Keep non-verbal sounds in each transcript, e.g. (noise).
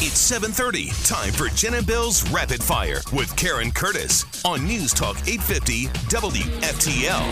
It's 7:30. Time for Jen and Bill's Rapid Fire with Karen Curtis on News Talk 850 WFTL.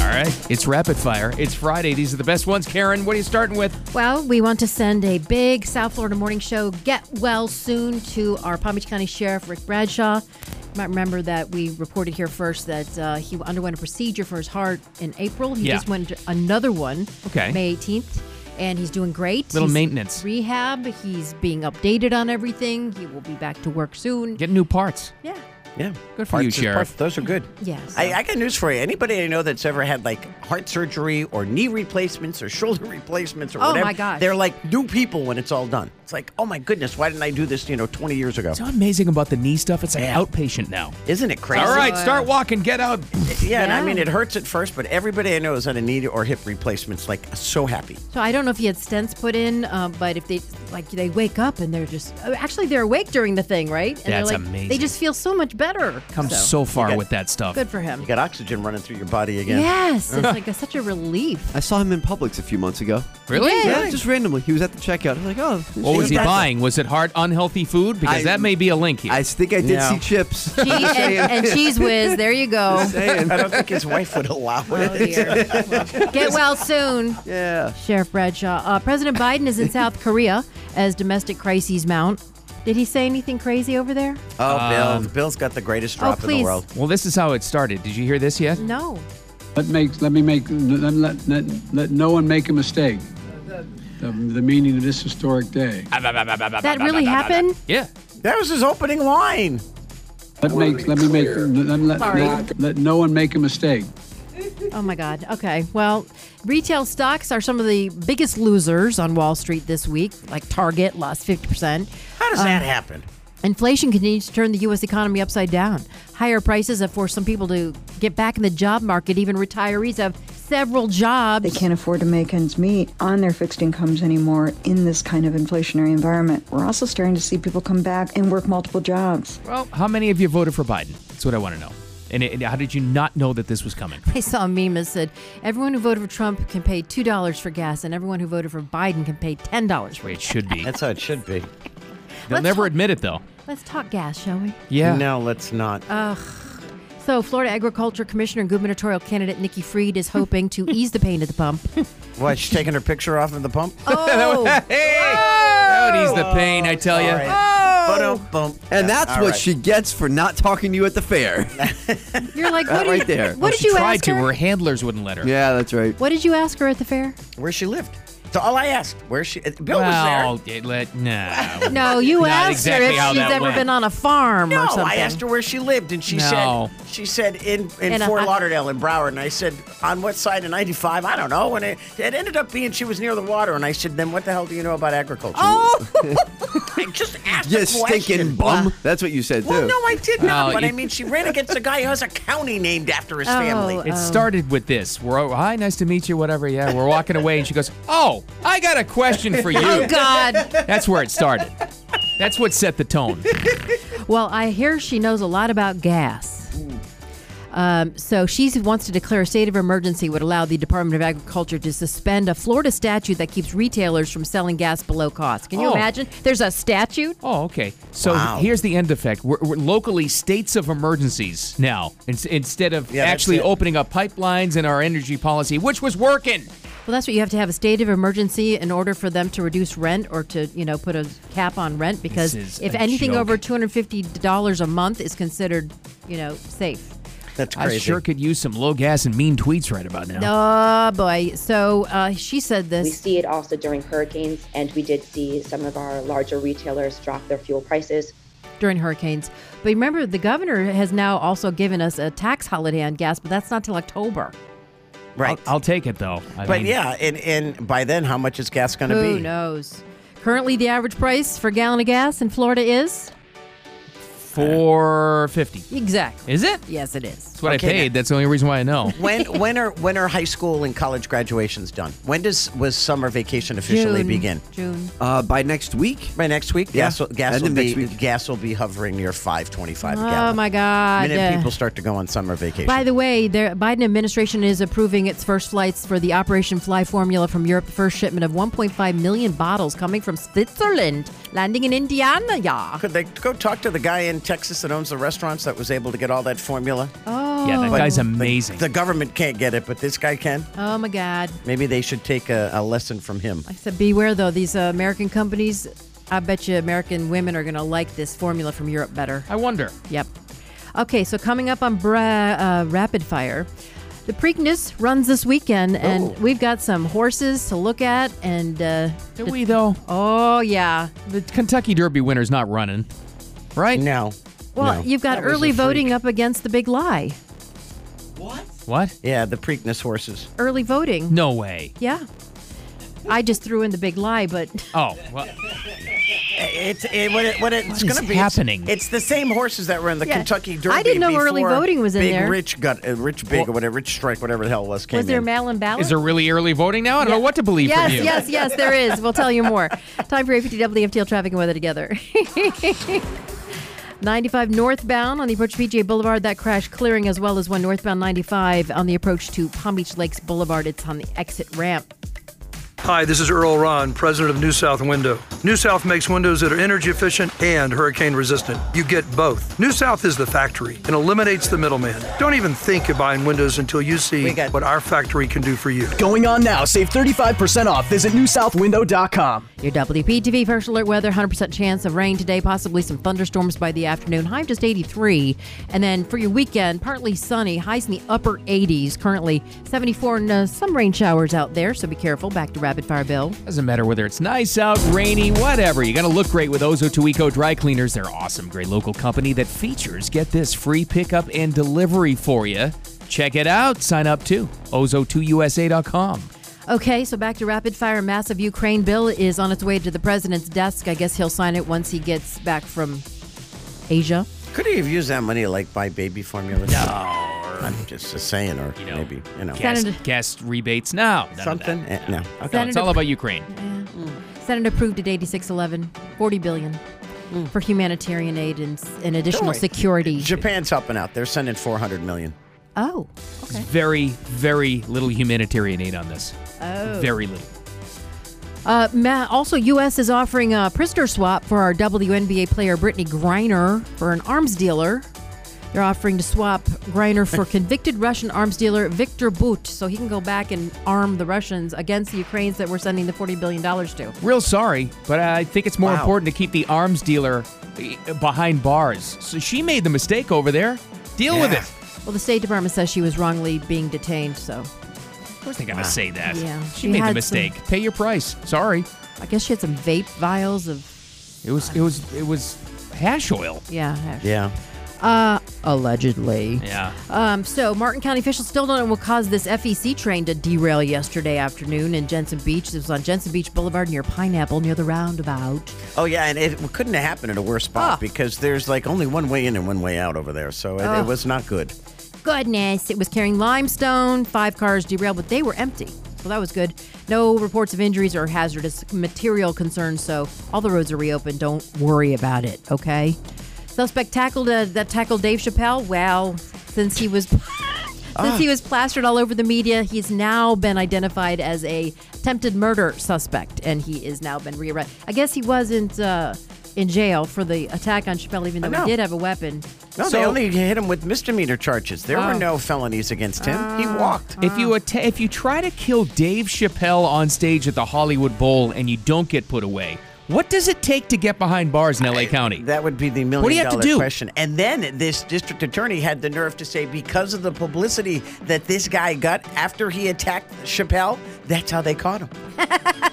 All right. It's rapid fire. It's Friday. These are the best ones. Karen, what are you starting with? Well, we want to send a big South Florida Morning Show get well soon to our Palm Beach County Sheriff Rick Bradshaw. You might remember that we reported here first that uh, he underwent a procedure for his heart in April. He Yeah. just went to another one, Okay. May 18th, and he's doing great. Little He's maintenance. rehab. He's being updated on everything. He will be back to work soon. Get new parts. yeah, Yeah. Good for you, Parts is Sheriff. parts. Those are good. yeah. so- I, I got news for you. Anybody I know that's ever had like heart surgery or knee replacements or shoulder (laughs) replacements or Oh, whatever, my gosh. they're like new people when it's all done. It's like, oh my goodness, why didn't I do this, you know, 20 years ago? It's amazing about the knee stuff. It's like outpatient now. Isn't it crazy? All right, start walking. Get out. Yeah, and I Yeah. mean, it hurts at first, but everybody I know is on a knee or hip replacement's like so happy. So I don't know if he had stents put in, um, but if they like they wake up and they're just uh, actually they're awake during the thing, right? And That's they're like, amazing. They just feel so much better. Come so, far with that stuff. good for him. You got oxygen running through your body again. Yes, it's like a, such a relief. I saw him in Publix a few months ago. Really? Yeah. Yeah, just randomly. He was at the checkout. I was like, oh. What was he Exactly. buying? Was it hard, unhealthy food? Because I- that may be a link here. I think I did No. see chips. (laughs) Gee, and, and cheese whiz. There you go. Saying. I don't think his wife would allow Oh it. dear. Get well soon. Yeah. Sheriff Bradshaw. Uh, President Biden is in South Korea as domestic crises mount. Did he say anything crazy over there? Oh, Um, Bill. Bill's got the greatest drop in the Oh, please. world. well, this is how it started. Did you hear this yet? No. Let make let me make let, let, let, let no one make a mistake. The, the meaning of this historic day. That really happened? Yeah. That was his opening line. Let make let me make let, let, let, let no one make a mistake. Oh my God. Okay. Well, retail stocks are some of the biggest losers on Wall Street this week, like Target lost 50%. How does that happen? Inflation continues to turn the U.S. economy upside down. Higher prices have forced some people to get back in the job market. Even retirees have several jobs. They can't afford to make ends meet on their fixed incomes anymore in this kind of inflationary environment. We're also starting to see people come back and work multiple jobs. Well, how many of you voted for Biden? That's what I want to know. And, it, and how did you not know that this was coming? (laughs) I saw a meme that said, everyone who voted for Trump can pay $2 for gas, and everyone who voted for Biden can pay $10 for Wait, it. it should be. That's how it should be. They'll Let's never hope- admit it, though. Let's talk gas, shall we? Yeah. No, let's not. So, Florida Agriculture Commissioner and gubernatorial candidate Nikki Freed is hoping to ease the pain at the pump. Why she's taking her picture off of the pump? (laughs) Oh, Hey! That would ease the pain, I tell you. um, Oh. And that's what she gets for not talking to you at (laughs) the fair. you're like, what, That did, right you- there. what did Oh, she you tried ask to. her? Her handlers wouldn't let her. yeah, that's right. What did you ask her at the fair? Where she lived. So all I asked, where she? Bill Well, was it let, (laughs) no. No, you Not asked exactly her if how she's that ever went. been on a farm there. or No, something. I asked her where she lived, and she No. said she said in in, In a Fort hot- Lauderdale in Broward, and I said on what side of 95? I don't know. And it, it ended up being she was near the water, and I said, then what the hell do you know about agriculture? Oh, (laughs) I just asked You a question. stinking bum. That's what you said, too. Well, no, I did not. Oh, but you- I mean, she ran against a guy who has a county named after his Oh, family. It started with this. We're oh, hi, nice to meet you, whatever. Yeah, we're walking away, and she goes, "Oh, I got a question for you." (laughs) oh God. That's where it started. That's what set the (laughs) tone. Well, I hear she knows a lot about gas. Um, so she wants to declare a state of emergency would allow the Department of Agriculture to suspend a Florida statute that keeps retailers from selling gas below cost. Can you Oh. imagine? There's a statute. Oh, okay. So Wow. here's the end effect. We're, we're locally states of emergencies now, in, instead of Yeah, that's actually it. opening up pipelines in our energy policy, which was working. Well, that's what you have to have a state of emergency in order for them to reduce rent or to, you know, put a cap on rent because This is if a anything joke. over $250 a month is considered, you know, safe. That's I sure could use some low gas and mean tweets right about now. Oh boy. So uh, she said We this. see it also during hurricanes, and we did see some of our larger retailers drop their fuel prices. during hurricanes. But remember, the governor has now also given us a tax holiday on gas, but that's not till October. right. I'll, I'll take it though. I but mean, yeah, and, and by then, how much is gas going to Who be? knows? Currently, the average price for a gallon of gas in Florida is four fifty. exactly. Is it? Yes, it is. That's what Okay, I paid. now- That's the only reason why I (laughs) know. when when are when are high school and college graduations done? When does was summer vacation officially June. begin? June. Uh, by next week, By next week, Yeah, gas will, gas end will of be next week. gas will be hovering near five twenty five. Oh my God. Uh, Minute people start to go on summer vacation. By the way, the Biden administration is approving its first flights for the Operation Fly formula from Europe. The first shipment of 1.5 million bottles coming from Switzerland, landing in Indiana. Yeah. could they go talk to the guy in Texas that owns the restaurants that was able to get all that formula? Oh. Yeah, that guy's Oh. The- amazing. The, government can't get it, but this guy can. Oh my God. Maybe they should take a, a lesson from him. I said, beware though, these uh, American companies. I bet you American women are going to like this formula from Europe better. I wonder. Yep. Okay, so coming up on bra- uh, Rapid Fire, the Preakness runs this weekend, and Oh. we've got some horses to look at. And uh, Do we though? oh yeah, The Kentucky Derby winner's not running, right? No. well No. you've got That was a early voting freak. up against the big lie. What? Yeah, the Preakness horses. Early voting. No way. Yeah. I just threw in the big lie, but Oh, well, It's it, what, it, what it's What is going to be it's- happening? It's, the same horses that were in the Yeah. Kentucky I Derby. didn't know early before voting was in Big there. Rich got uh, Rich Big or whatever Rich Strike whatever the hell it was came was there in. mail-in ballot? is there really early voting now? I don't know what to believe yes, from you. yes, yes, there is. We'll tell you more. Time for APTW FTL traffic and weather together. (laughs) 95 northbound on the approach to PJ Boulevard, that crash clearing, as well as one northbound 95 on the approach to Palm Beach Lakes Boulevard. It's on the exit ramp. Hi, this is Earl Ron, president of New South Window. New South makes windows that are energy efficient and hurricane resistant. You get both. New South is the factory and eliminates the middleman. Don't even think of buying windows until you see We got- what our factory can do for you. Going on now. Save 35% off. Visit newsouthwindow.com. Your WPTV first alert weather 100% chance of rain today, possibly some thunderstorms by the afternoon. High of just 83. And then for your weekend, partly sunny, highs in the upper 80s, currently 74 and uh, some rain showers out there, so be careful. Back to Rapid Fire Bill. Doesn't matter whether it's nice out, rainy, whatever. You're going to look great with Ozo Tuico Dry Cleaners. They're awesome, great local company that features, get this, free pickup and delivery for you. Check it out. Sign up too. Ozo2usa.com. Okay, so back to rapid fire. Massive Ukraine bill is on its way to the president's desk. I guess he'll sign it once he gets back from Asia. Could he have used that money to, like buy baby formula? No, I'm just saying, or know, maybe you know Gas, Senator- gas rebates now. something. Eh, No, okay. It's all about Ukraine. Senate approved at 8611, 40 billion for humanitarian aid and, and additional worry. security. Japan's helping out. They're sending 400 million. oh, okay. Very, very little humanitarian aid on this. Oh. Very little. Uh, Matt, also, U.S. is offering a prisoner swap for our WNBA player Brittany Griner for an arms dealer. They're offering to swap Griner for convicted Russian arms dealer Viktor Bout, so he can go back and arm the Russians against the Ukrainians that we're sending the forty billion dollars to. Real sorry, but I think it's more Wow. important to keep the arms dealer eh, behind bars. So she made the mistake over there. Deal with Yeah. it. Well, the State Department says she was wrongly being detained, so Of course they're going to say that. Yeah. She, She made had the some- mistake. Pay your price. Sorry. I guess she had some vape vials of It was it was it was hash oil. yeah, hash. Yeah. allegedly. Yeah. Um, so, Martin County officials still don't know what caused this FEC train to derail yesterday afternoon in Jensen Beach. It was on Jensen Beach Boulevard near Pineapple, near the roundabout. Oh yeah, and it couldn't have happened at a worse spot Ah. because there's like only one way in and one way out over there, so it, it was not good. Goodness, it was carrying limestone. Five cars derailed, but they were empty. So that was good. No reports of injuries or hazardous material concerns. So all the roads are reopened. Don't worry about it. Okay. Suspect tackled uh, that tackled Dave Chappelle. Well, since he was since he was plastered all over the media, he's now been identified as a attempted murder suspect, and he is now been rearrested. I guess he wasn't uh, in jail for the attack on Chappelle, even though No. he did have a weapon. (laughs) No, they only hit him with misdemeanor charges. There were Oh. no felonies against him. he Ah. walked. If you atta- if you try to kill Dave Chappelle on stage at the Hollywood Bowl and you don't get put away, what does it take to get behind bars in LA County? That would be the million What do you have to dollar do? question. And then this district attorney had the nerve to say, because of the publicity that this guy got after he attacked Chappelle, that's how they caught him.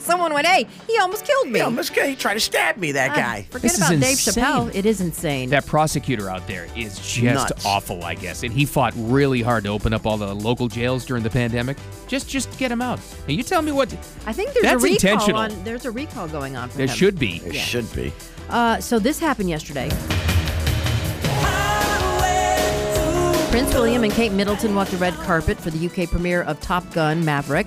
Someone went, "Hey, he almost killed me." He almost he tried to stab me, that guy. Ah, Forget This is about Dave insane. Chappelle. It is insane. that prosecutor out there is just Nuts. awful, I guess. And he fought really hard to open up all the local jails during the pandemic. Just just get him out. And you tell me what I think there's That's a recall intentional. on. There's a recall going on. For there him. should be. It should be. Uh, so this happened yesterday. Prince William and Kate Middleton walked the red carpet for the UK premiere of Top Gun Maverick.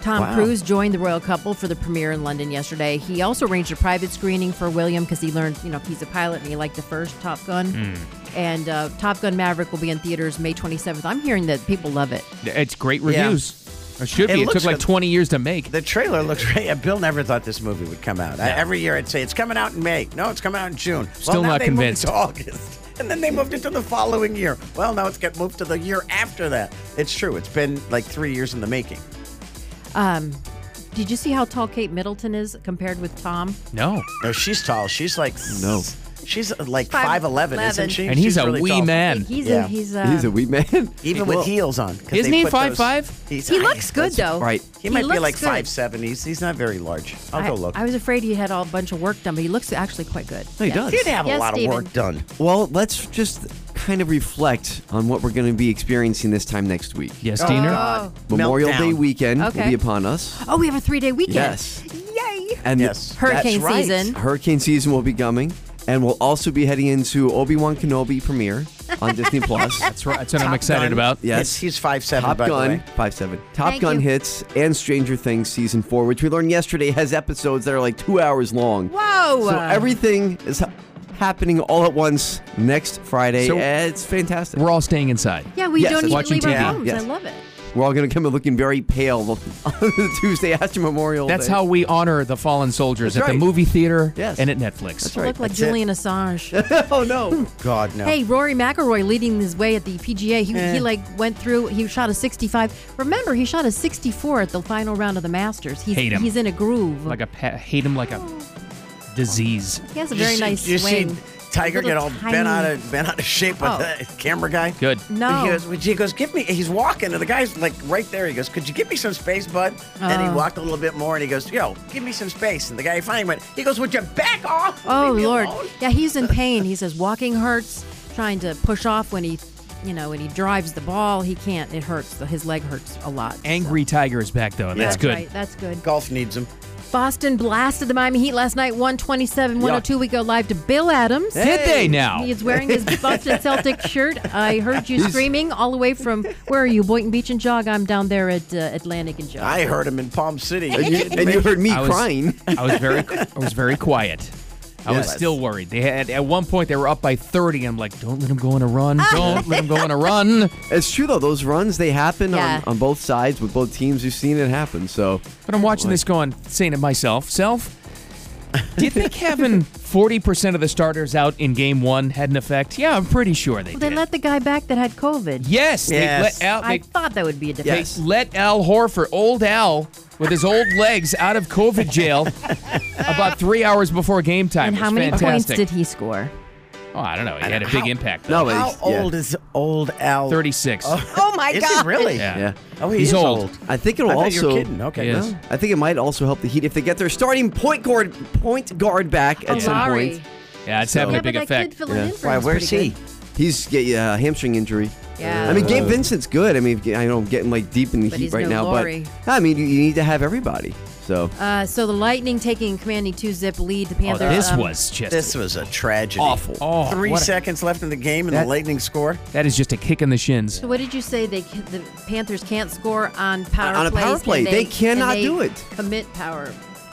Tom Wow. Cruise joined the royal couple for the premiere in London yesterday. He also arranged a private screening for William because he learned, you know, he's a pilot and he liked the first Top Gun. Hmm. And uh, Top Gun Maverick will be in theaters May 27th. I'm hearing that people love it. It's great Yeah. reviews. It should be. It, took looks like good. 20 years to make. The trailer looks great. Bill never thought this movie would come out. I- every year I'd say it's coming out in May. No, it's coming out in June. Still well, now not they moved convinced. it to August, (laughs) and then they moved it to the following year. Well, now it's got moved to the year after that. It's true. It's been like three years in the making. Um, did you see how tall Kate Middleton is compared with Tom? No, no, she's tall. She's like no. She's like Five five eleven, isn't eleven. she? And he's She's a really wee tall. man. He's a- he's a- (laughs) He's a wee man. Even with heels on. 'cause Isn't they he put five those- five? He's- He looks good, that's though. Right. He He might be looks like good. five seventies. He's not very large. I'll I, go look. I was afraid he had all a bunch of work done, but he looks actually quite good. No, he does. He'd have Yes, Steven. done. (laughs) Well, let's just kind of reflect on what we're going to be experiencing this time next week. Yes, Oh. Diener? God. Memorial Meltdown. Day weekend will Okay. be upon us. Oh, we have a three day weekend. Yes. Yay. And Hurricane that's right. season. Hurricane season will be coming, and we'll also be heading into Obi Wan Kenobi premiere on (laughs) Disney Plus. That's right. That's what I'm Top excited Gun. about. Yes, he's five seven. Top by Gun the way. five seven. Top Thank Gun you. hits and Stranger Things season four, which we learned yesterday has episodes that are like two hours long. Whoa. So everything is ha- happening all at once next Friday. So- and it's fantastic. We're all staying inside. Yeah, we Yes, don't that's need to watching leave TV. our homes. Yes. I love it. We're all going to come in looking very pale (laughs) on the Tuesday after Memorial That's Day. how we honor the fallen soldiers That's at the right. movie theater Yes. and at Netflix. That's I look like Julian Assange. oh no. God no. Hey, Rory McIlroy leading his way at the PGA. He, Eh. he like went through. He shot a 65. Remember, he shot a 64 at the final round of the Masters. He's, Hate him. He's in a groove. Like a pa- hate him like a disease. he has a You very see- nice you swing. see Tiger Little get all tiny- bent out of bent out of shape with Oh. the camera guy. Good. No. He goes, he goes, give me. He's walking, and the guy's like right there. He goes, could you give me some space, bud? And he Oh. walked a little bit more, and he goes, yo, give me some space. And the guy finally went. He goes, would you back off? Oh Leave me Lord, alone." yeah, he's in pain. He says walking hurts. Trying to push off when he, you know, when he drives the ball, he can't. It hurts. His leg hurts a lot. Angry Tiger is back though, and that's good. Right, that's good. Golf needs him. Boston blasted the Miami Heat last night, 127 102. We go live to Bill Adams. Did Hey. they now? (laughs) He is wearing (laughs) his Boston Celtic shirt. I heard you He's- screaming all the way from, where are you, Boynton Beach and Jog? I'm down there at uh, Atlantic and Jog. I heard him in Palm City. And you- and you heard me I was- (laughs) crying. I was very, I was very quiet. I was Yes. still worried. They had at one point they were up by 30. And I'm like, don't let him go on a run. Ah. Don't let him go on a (laughs) run. It's true though; those runs they happen Yeah. on, on both sides with both teams. You've seen it happen. So, But I'm watching this going, saying to myself, self, do you think having 40% of the starters out in game one had an effect? Yeah, I'm pretty sure they Well, did. they let the guy back that had COVID. Yes, they Yes. let out- I they- thought that would be a They difference. let Al Horford, old Al, with his old legs out of COVID (laughs) jail about three hours before game time. And It how was many points fantastic. did he score? Oh, I don't know. He had a big impact. though. How old is old Al? 36. Oh my Is he really? Yeah. Oh, he He's is old. old. I think it'll I thought you were also. kidding. Okay. No, I think it might also help the Heat if they get their starting point guard point guard back at Oh, some Lowry. point. Yeah, it's having a Yeah, but big that kid effect. filling in for him Why? is Where's pretty he? He's get yeah, a hamstring injury. Yeah. I mean, Gabe Oh. Vincent's good. I mean, I know I'm getting like deep in the But Heat he's right no now, Lowry. but I mean, you, you need to have everybody. So Uh, so the Lightning taking a commanding two zip lead. The Oh, Panthers. um, this Oh, was a tragedy. Awful. Oh, Three what a- seconds left in the game, and That- the Lightning score. That is just a kick in the shins. So what did you say? They ca- the Panthers can't score on power On a plays, power and play. They and cannot they do it. Commit power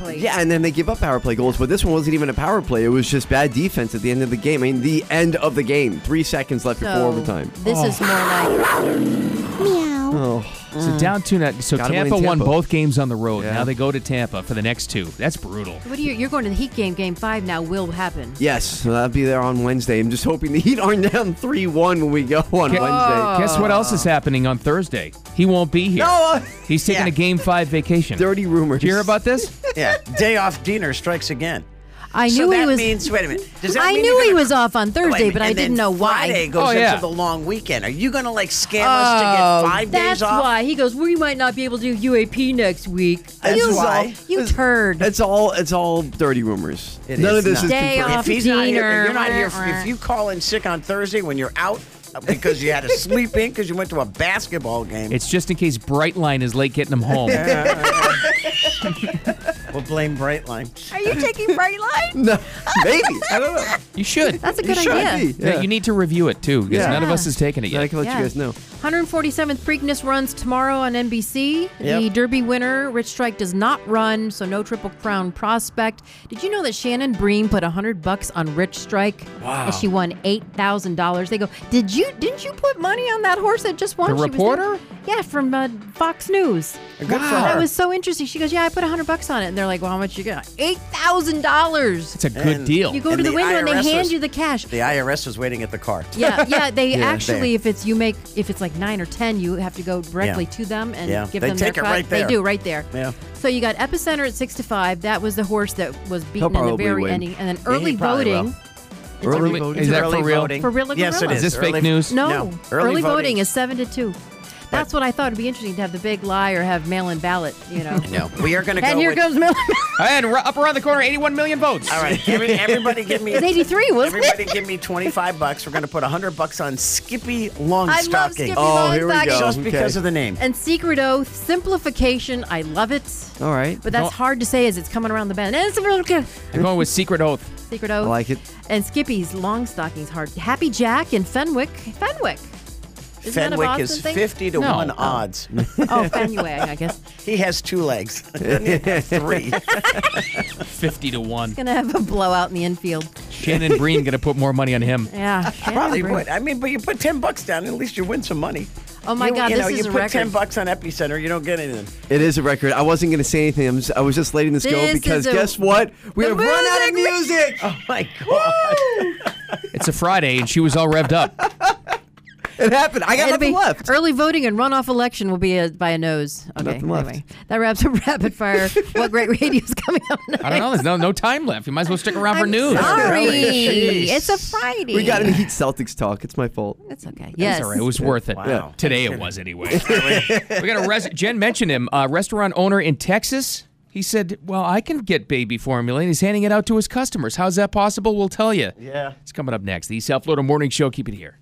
plays. Yeah, and then they give up power play goals, but this one wasn't even a power play. It was just bad defense at the end of the game. I mean, the end of the game. Three seconds left before So, overtime. This is Oh. more like meow. Oh. So down two net. So Gotta Tampa, win in won Tampa. both games on the road. Now they go to Tampa for the next two. That's brutal. What are you? You're going to the Heat game. Game five now will happen. Yes, so that'll be there on Wednesday. I'm just hoping the Heat aren't down (laughs) 3 1 when we go on Gu- Wednesday. Guess what else is happening on Thursday? He won't be here. No, uh, he's taking a game five vacation. Dirty rumors. Did you hear about this? yeah, day off. Diener strikes again. I So knew he that was. means- wait a minute. Does that I mean knew you're he gonna- was off on Wait a Thursday, minute, but I and didn't then know why. Friday Oh, goes into the long weekend. Are you going to like scam us to Oh, get five that's days off? why he goes. We might not be able to do UAP next week. That's you, why. You turd. It's all it's all dirty rumors. None is of this not. is Day confirmed. off If he's not Diener. here, you're not here. Wah, wah. If you call in sick on Thursday when you're out uh, because you (laughs) had to sleep in because you went to a basketball game, It's just in case Brightline is late getting him home. We'll blame Brightline. Are you taking Brightline? (laughs) no, maybe I don't know. You should. (laughs) That's a good idea. Yeah, you need to review it too because Yeah. none of us has taken it yet. I can let Yeah. you guys know. 147th Preakness runs tomorrow on NBC. The Yep. Derby winner, Rich Strike, does not run, so no Triple Crown prospect. Did you know that Shannon Bream put 100 bucks on Rich Strike? Wow. And she won $8,000. They go, "Did you didn't you put money on that horse that just won?" The She was reporter? yeah, from uh, Fox News. Good for That her. was so interesting. She goes, "Yeah, I put 100 bucks on it." And they're like, "Well, how much you got?" $8,000. It's a good And- deal. You go And to the, the window and IRS they hand was- you the cash. The IRS was waiting at the car. (laughs) Yeah, yeah. They Yeah, actually, they- if it's you make, if it's like nine or ten, you have to go directly Yeah. to them and Yeah, give they them take their it cut. right They there. do right there. Yeah. So you got epicenter at six to five. That was the horse that was beaten in the probably very win. ending, and then Yeah, he early probably voting. will. It's a re- Is that for real? For real and Yes, it gorilla. is. Is this fake Early- news? No, No. early, Early voting. voting. is seven to two. That's what I thought would be interesting to have the big lie or have mail-in ballot. You (laughs) know. No, we are going to go. and here with- (laughs) comes mail-in. And ru- up around the corner, 81 million votes. All right, every- everybody, give me. (laughs) It's 83, wasn't it? Everybody, give me twenty-five bucks. We're going to put hundred bucks on Skippy Longstocking. I love Skippy Oh, here we Longstocking. go. Just Okay. because of the name. And secret oath simplification. I love it. All right. But that's Don't- hard to say as it's coming around the bend. And it's really good. I'm going with secret oath. Secret Oath. I like it. And Skippy's long stockings hard. Happy Jack and Fenwick. Fenwick. Isn't that a Fenwick Boston is thing? fifty to No. (laughs) one odds. (laughs) Oh, Fenway, I guess. he has two legs. (laughs) Three. 50 to 1. Gonna have a blowout in the infield. Shannon Breen going to put more money on him. (laughs) Yeah. Probably Shannon would. I mean, but you put ten bucks down, and at least you win some money. Oh, my you, God, You this know, is you a put record. ten bucks on Epicenter, you don't get anything. (laughs) It is a record. I wasn't going to say anything. I'm just, I was just letting this, This go is because a- guess what? We The have run out of music! (laughs) music. Oh my god! It's a Friday, and she was all revved up. It happened. I got It'll nothing be left. Early voting and runoff election will be a, by a nose. Okay, Nothing left. anyway. That wraps up (laughs) rapid fire. what great radio is coming up next? I don't know. There's no, no time left. You might as well stick around for I'm news. Sorry. Jeez. It's a Friday. We got to heat Celtics talk. It's my fault. It's okay. Yes. It's all right. It was worth it. Wow. Today it was anyway. we got a res- Jen mentioned him, a restaurant owner in Texas. He said, "Well, I can get baby formula, and he's handing it out to his customers. How's that possible? We'll tell you." Yeah. It's coming up next. The South Florida Morning Show. Keep it here.